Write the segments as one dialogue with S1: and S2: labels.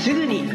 S1: 役立つ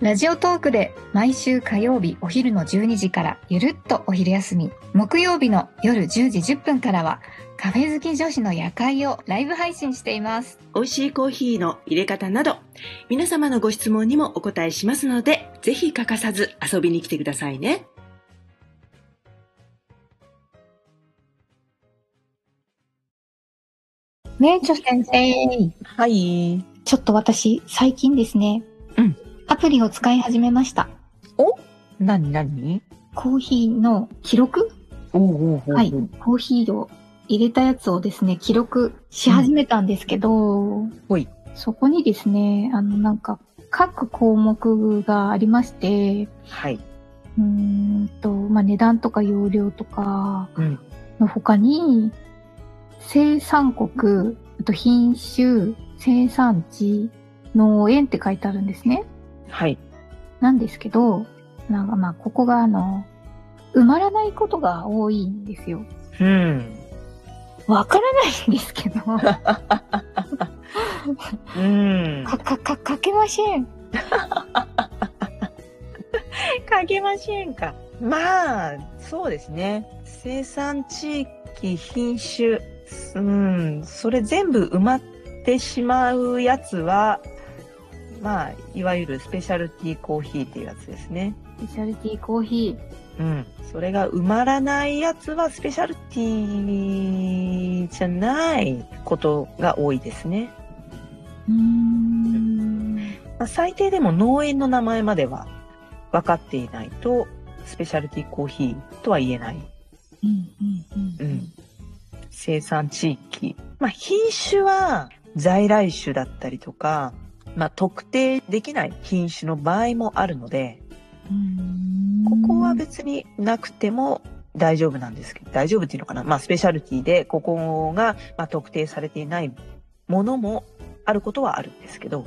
S2: ラジオトークで毎週火曜日お昼の12時からゆるっとお昼休み、木曜日の夜10時10分からはカフェ好き女子の夜会をライブ配信しています。
S1: 美味しいコーヒーの入れ方など皆様のご質問にもお答えしますのでぜひ欠かさず遊びに来てくださいね
S2: めいちょ先生。
S3: はい。
S4: ちょっと私、最近ですね。
S3: うん
S4: アプリを使い始めました。
S3: なになに
S4: コーヒーの記録
S3: おうおうおうおう
S4: はいコーヒーを入れたやつをですね、記録し始めたんですけど、
S3: ほい
S4: そこにですね、あの、なんか、各項目がありまして、
S3: はい。
S4: うーんと、まあ、値段とか容量とか
S3: うん
S4: の他に、生産国、あと品種、生産地、農園って書いてあるんですね。
S3: はい。
S4: なんですけど、なんかまあ、ここがあの、埋まらないことが多いんですよ。
S3: うん。
S4: わからないんですけど、か、
S3: うん。
S4: か、か、かけません。
S3: かけませんか。まあ、そうですね。生産地域、品種、うん、それ全部埋まってしまうやつは、まあ、いわゆるスペシャルティーコーヒーっていうやつですね。
S4: スペシャルティーコーヒー。
S3: うん。それが埋まらないやつはスペシャルティーじゃないことが多いですね。
S4: うーん。
S3: まあ最低でも農園の名前までは分かっていないと、スペシャルティコーヒーとは言えない。
S4: うん、うん、う
S3: うんん。生産地域。まあ、品種は在来種だったりとか、まあ、特定できない品種の場合もあるので、
S4: うーん。
S3: ここは別になくても大丈夫なんですけど、大丈夫っていうのかなまあ、スペシャルティで、ここが、まあ、特定されていないものもあることはあるんですけど、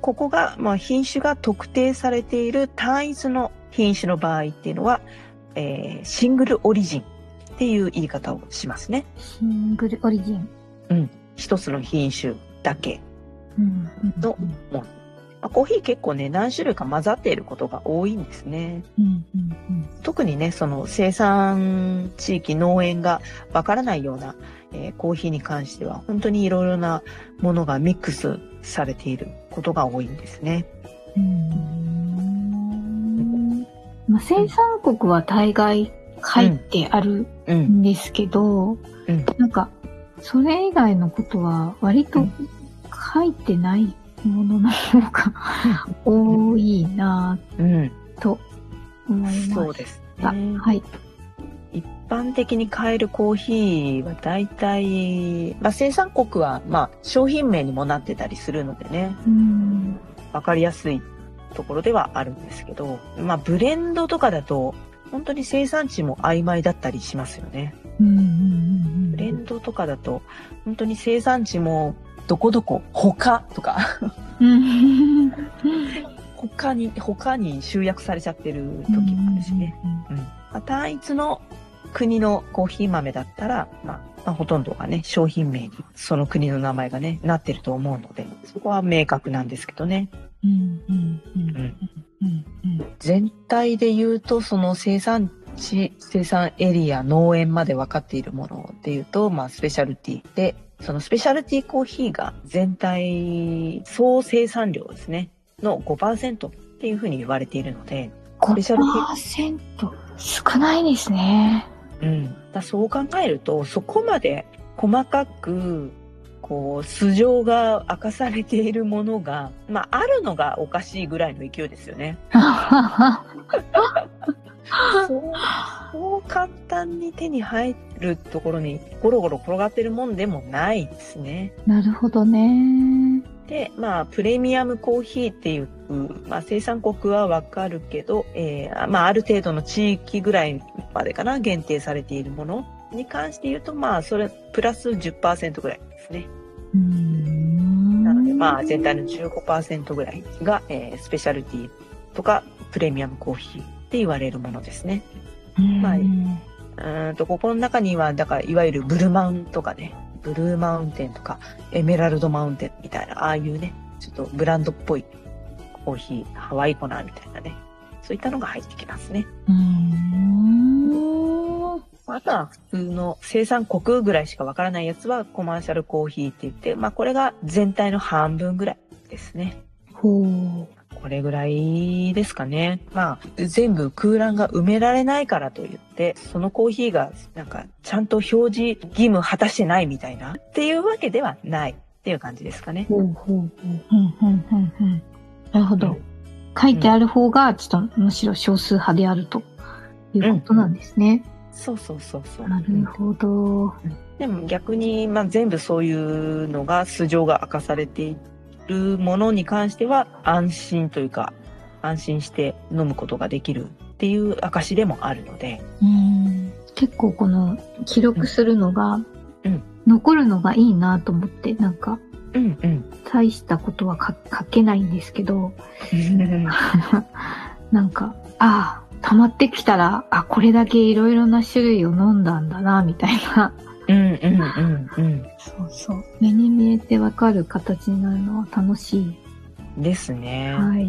S3: ここが、まあ、品種が特定されている単一の品種の場合っていうのは、えーシングルオリジンっていう言い方をしますね。
S4: シングルオリジン。
S3: 一つの品種だけ。
S4: うん、うん。
S3: のまあ、コーヒー結構ね、何種類か混ざっていることが多いんですね。
S4: うん、うん、うん。
S3: 特にね、その生産地域農園がわからないような、えーコーヒーに関しては、本当にいろいろなものがミックスされていることが多いんですね。
S4: うーんまあ、生産国は大概書いてある
S3: うん。
S4: んですけど、
S3: うん
S4: なんか、それ以外のことは割
S3: う
S4: と
S3: ん
S4: 書いてないものの方が多いな
S3: うん。
S4: ぁと思いま
S3: そう
S4: し
S3: です
S4: た。
S3: ね。
S4: はい。
S3: 一般的に買えるコーヒーは大体、まあ、生産国は、まあ、商品名にもなってたりするのでね。
S4: うん。
S3: わかりやすいところではあるんですけど、まあ、ブレンドとかだと、本当に生産地も曖昧だったりしますよね。
S4: うんうんうん
S3: ブレンドとかだと、本当に生産地も、どこどこ、他とか、
S4: うん。
S3: 他に、他に集約されちゃってる時もあるしね。まあ、単一の国のコーヒー豆だったら、まあ、まあほとんどがね、商品名に、その国の名前がね、なってると思うので、そこは明確なんですけどね。
S4: うんうんうん
S3: うん
S4: うんうん
S3: 全体で言うとその生産地生産エリア農園まで分かっているもので言うと、まあ、スペシャルティーでそのスペシャルティーコーヒーが全体総生産量ですねの5%っていうふうに言われているので、ペシャルテ
S4: 5%少ないですね。
S3: うん、だそう考えるとそこまで細かくこう素性が明かされているものが、まあ、あるのがおかしいぐらいの勢いですよね。 そうそう簡単に手に入るところにゴロゴロ転がってるもんでもないですね。
S4: なるほどね。
S3: で、まあ、プレミアムコーヒーっていう、まあ、生産国はわかるけど、えーまあ、ある程度の地域ぐらいまでかな、限定されているものに関して言うと、まあ、それ、プラス10%ぐらいですね。
S4: うん。
S3: なので、まあ、全体の15%ぐらいが、えースペシャルティとか、プレミアムコーヒーって言われるものですね。まあうーんと、ここの中には、だから、いわゆるブルーマウンとかね、ブルーマウンテンとか、エメラルドマウンテンみたいな、ああいうね、ちょっとブランドっぽいコーヒー、ハワイコナーみたいなね、そういったのが入ってきますね。
S4: うん。
S3: あとは普通の生産国ぐらいしかわからないやつはコマーシャルコーヒーって言って、まあこれが全体の半分ぐらいですね。
S4: ほう。
S3: これぐらいですかね。まあ、全部空欄が埋められないからといって、そのコーヒーがなんかちゃんと表示義務果たしてないみたいなっていうわけではないっていう感じですかね。
S4: ほうほうほう。うんうんうんうん。なるほど。書いてある方が、ちょっとむしろ少数派であるということなんですね。
S3: そうそうそうそう。
S4: なるほど。
S3: でも逆に、まあ、全部そういうのが素性が明かされているものに関しては安心というか安心して飲むことができるっていう証でもあるので
S4: うん。結構この記録するのが、
S3: うん
S4: 残るのがいいなと思って、なんか、
S3: うんうん
S4: 大したことは書書けないんですけど、なんか、ああ、溜まってきたら、あ、これだけいろいろな種類を飲んだんだな、みたいな。
S3: うんうんうん
S4: そうそう。目に見えてわかる形になるのは楽しい。
S3: うんですね、
S4: はい。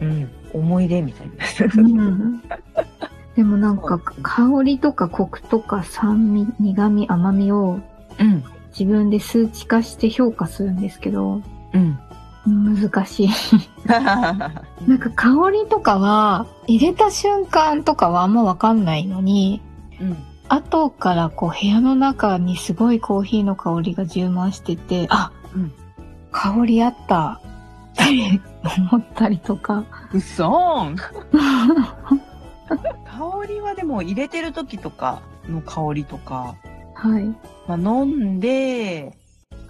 S3: うん、思い出みたいな、
S4: うん、でもなんか、
S3: そう
S4: 香りとかコクとか酸味、苦味、甘みを
S3: うん
S4: 自分で数値化して評価するんですけど、
S3: うん
S4: 難しい。 なんか香りとかは、入れた瞬間とかはあんまわかんないのに、
S3: うん
S4: 後からこう部屋の中にすごいコーヒーの香りが充満してて、あ、
S3: うん
S4: 香りあったって思ったりとか。
S3: う そん香りはでも入れてる時とかの香りとか
S4: はい。
S3: まあ、飲んで、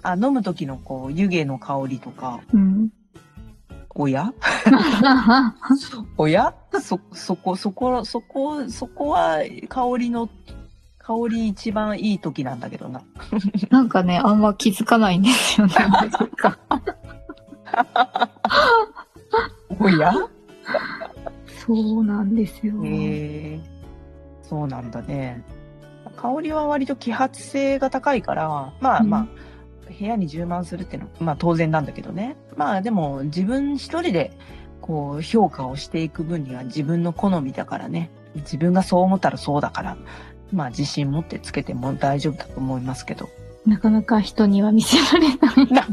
S3: あ、飲む時のこう、湯気の香りとか、
S4: うん。
S3: おやおやそ、そこ、そこ、そこ、そこは香りの、香り一番いい時なんだけどな。
S4: なんかね、あんま気づかないんです よね。なんか
S3: おや
S4: そうなんですよ。
S3: へえそうなんだね。香りは割と揮発性が高いから、まあ
S4: うん
S3: まあ、部屋に充満するっていうのは、まあ当然なんだけどね。まあでも自分一人でこう評価をしていく分には自分の好みだからね。自分がそう思ったらそうだから、まあ自信持ってつけても大丈夫だと思いますけど。
S4: なかなか人には見せられない。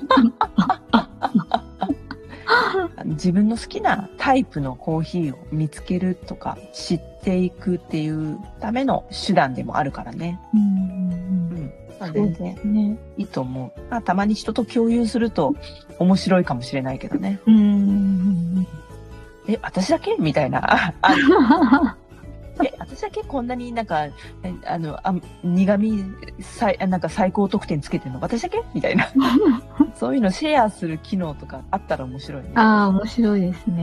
S3: 自分の好きなタイプのコーヒーを見つけるとか知っていくっていうための手段でもあるからね。
S4: うん。
S3: まあ
S4: そう
S3: 全
S4: で
S3: 然
S4: すね。
S3: いいと思う。まあ、たまに人と共有すると面白いかもしれないけどね。
S4: うん。
S3: え、私だけみたいな。あえ、私だけこんなになんか、えあの、あ苦味最、あなんか最高得点つけてるの私だけみた いな。そういうのシェアする機能とかあったら面白いね。
S4: ああ、面白いですね。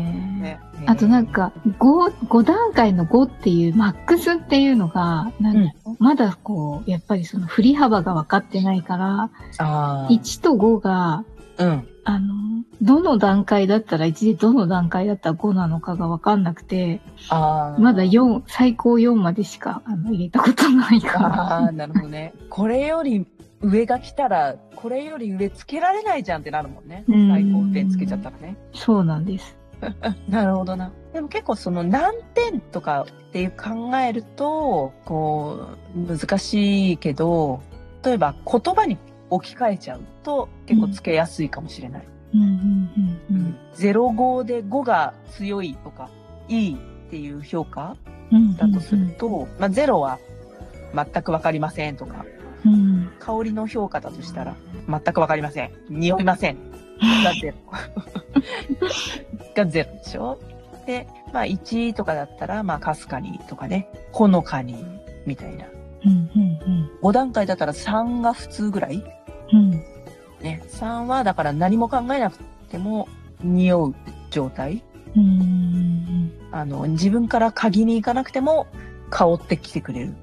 S3: ね
S4: あとなん、か5、5段階の5っていう、マックスっていうのが、なんかまだこう、やっぱりその振り幅が分かってないから、
S3: あー
S4: 1と5が、
S3: うん。
S4: あの、どの段階だったら1でどの段階だったら5なのかが分かんなくて、
S3: あー
S4: まだ。4、最高4までしかあの入れたことないから
S3: あ。あ、なるほどね。これより上が来たら、これより上つけられないじゃんってなるもんね。
S4: うん
S3: 最高点つけちゃったらね。
S4: そうなんです。
S3: なるほどな。でも結構その難点とかっていう考えると、こう、難しいけど、例えば言葉に置き換えちゃうと結構つけやすいかもしれない。
S4: うんうんう
S3: うん05で5が強いとか、いいっていう評価
S4: うん。うん
S3: だとすると、まあ0は全くわかりませんとか、
S4: うん。
S3: 香りの評価だとしたら、全くわかりません。匂いません。がゼロ。がゼロでしょで、まあ1とかだったら、まあかすかにとかね、ほのかにみたいな。
S4: うんうん
S3: 5段階だったら3が普通ぐらい
S4: うん。うん。
S3: ね。3はだから何も考えなくても匂う状態。
S4: うん。
S3: あの、自分から嗅ぎに行かなくても香ってきてくれる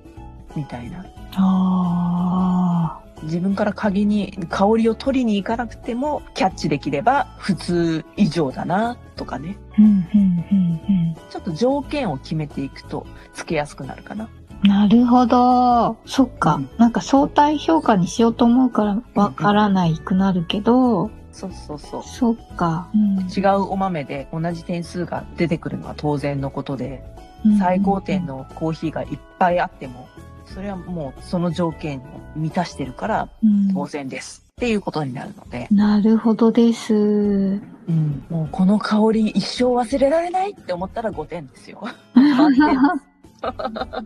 S3: みたいな。
S4: ああ
S3: 自分から鍵に香りを取りに行かなくてもキャッチできれば普通以上だなとかね。
S4: あ。うん、うん、うん、
S3: ちょっと条件を決めていくとつけやすくなるかな。
S4: うん。なるほど。そっか。
S3: うん
S4: なんか相対評価にしようと思うからわからないくなるけど、
S3: そうそうそう。
S4: そっか。うん
S3: 違うお豆で同じ点数が出てくるのは当然のことで、
S4: うん
S3: 最高点のコーヒーがいっぱいあっても、それはもうその条件を満たしてるから
S4: うん
S3: 当然です。っていうことになるので、
S4: なるほどです。
S3: うん、もうこの香り一生忘れられないって思ったら5点ですよ。満点です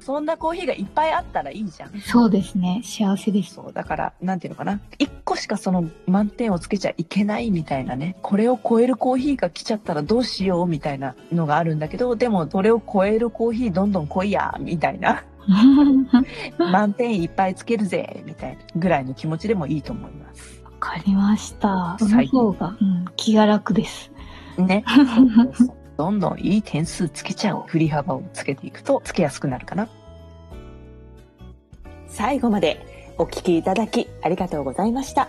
S3: そんなコーヒーがいっぱいあったらいいじゃん。
S4: そうですね。幸せです。
S3: そう、だから、なんていうのかな。一個しかその満点をつけちゃいけないみたいなね。これを超えるコーヒーが来ちゃったらどうしようみたいなのがあるんだけど、でもそれを超えるコーヒーどんどん来いや、みたいな。
S4: わ
S3: 満点いっぱいつけるぜ、みたいなぐらいの気持ちでもいいと思います。
S4: かりました。その
S3: 最
S4: 方が、うん、気が楽です。
S3: ね。そうそうそうどんどんいい点数つけちゃおう。振り幅をつけていくとつけやすくなるかな。
S1: 最後までお聞きいただきありがとうございました。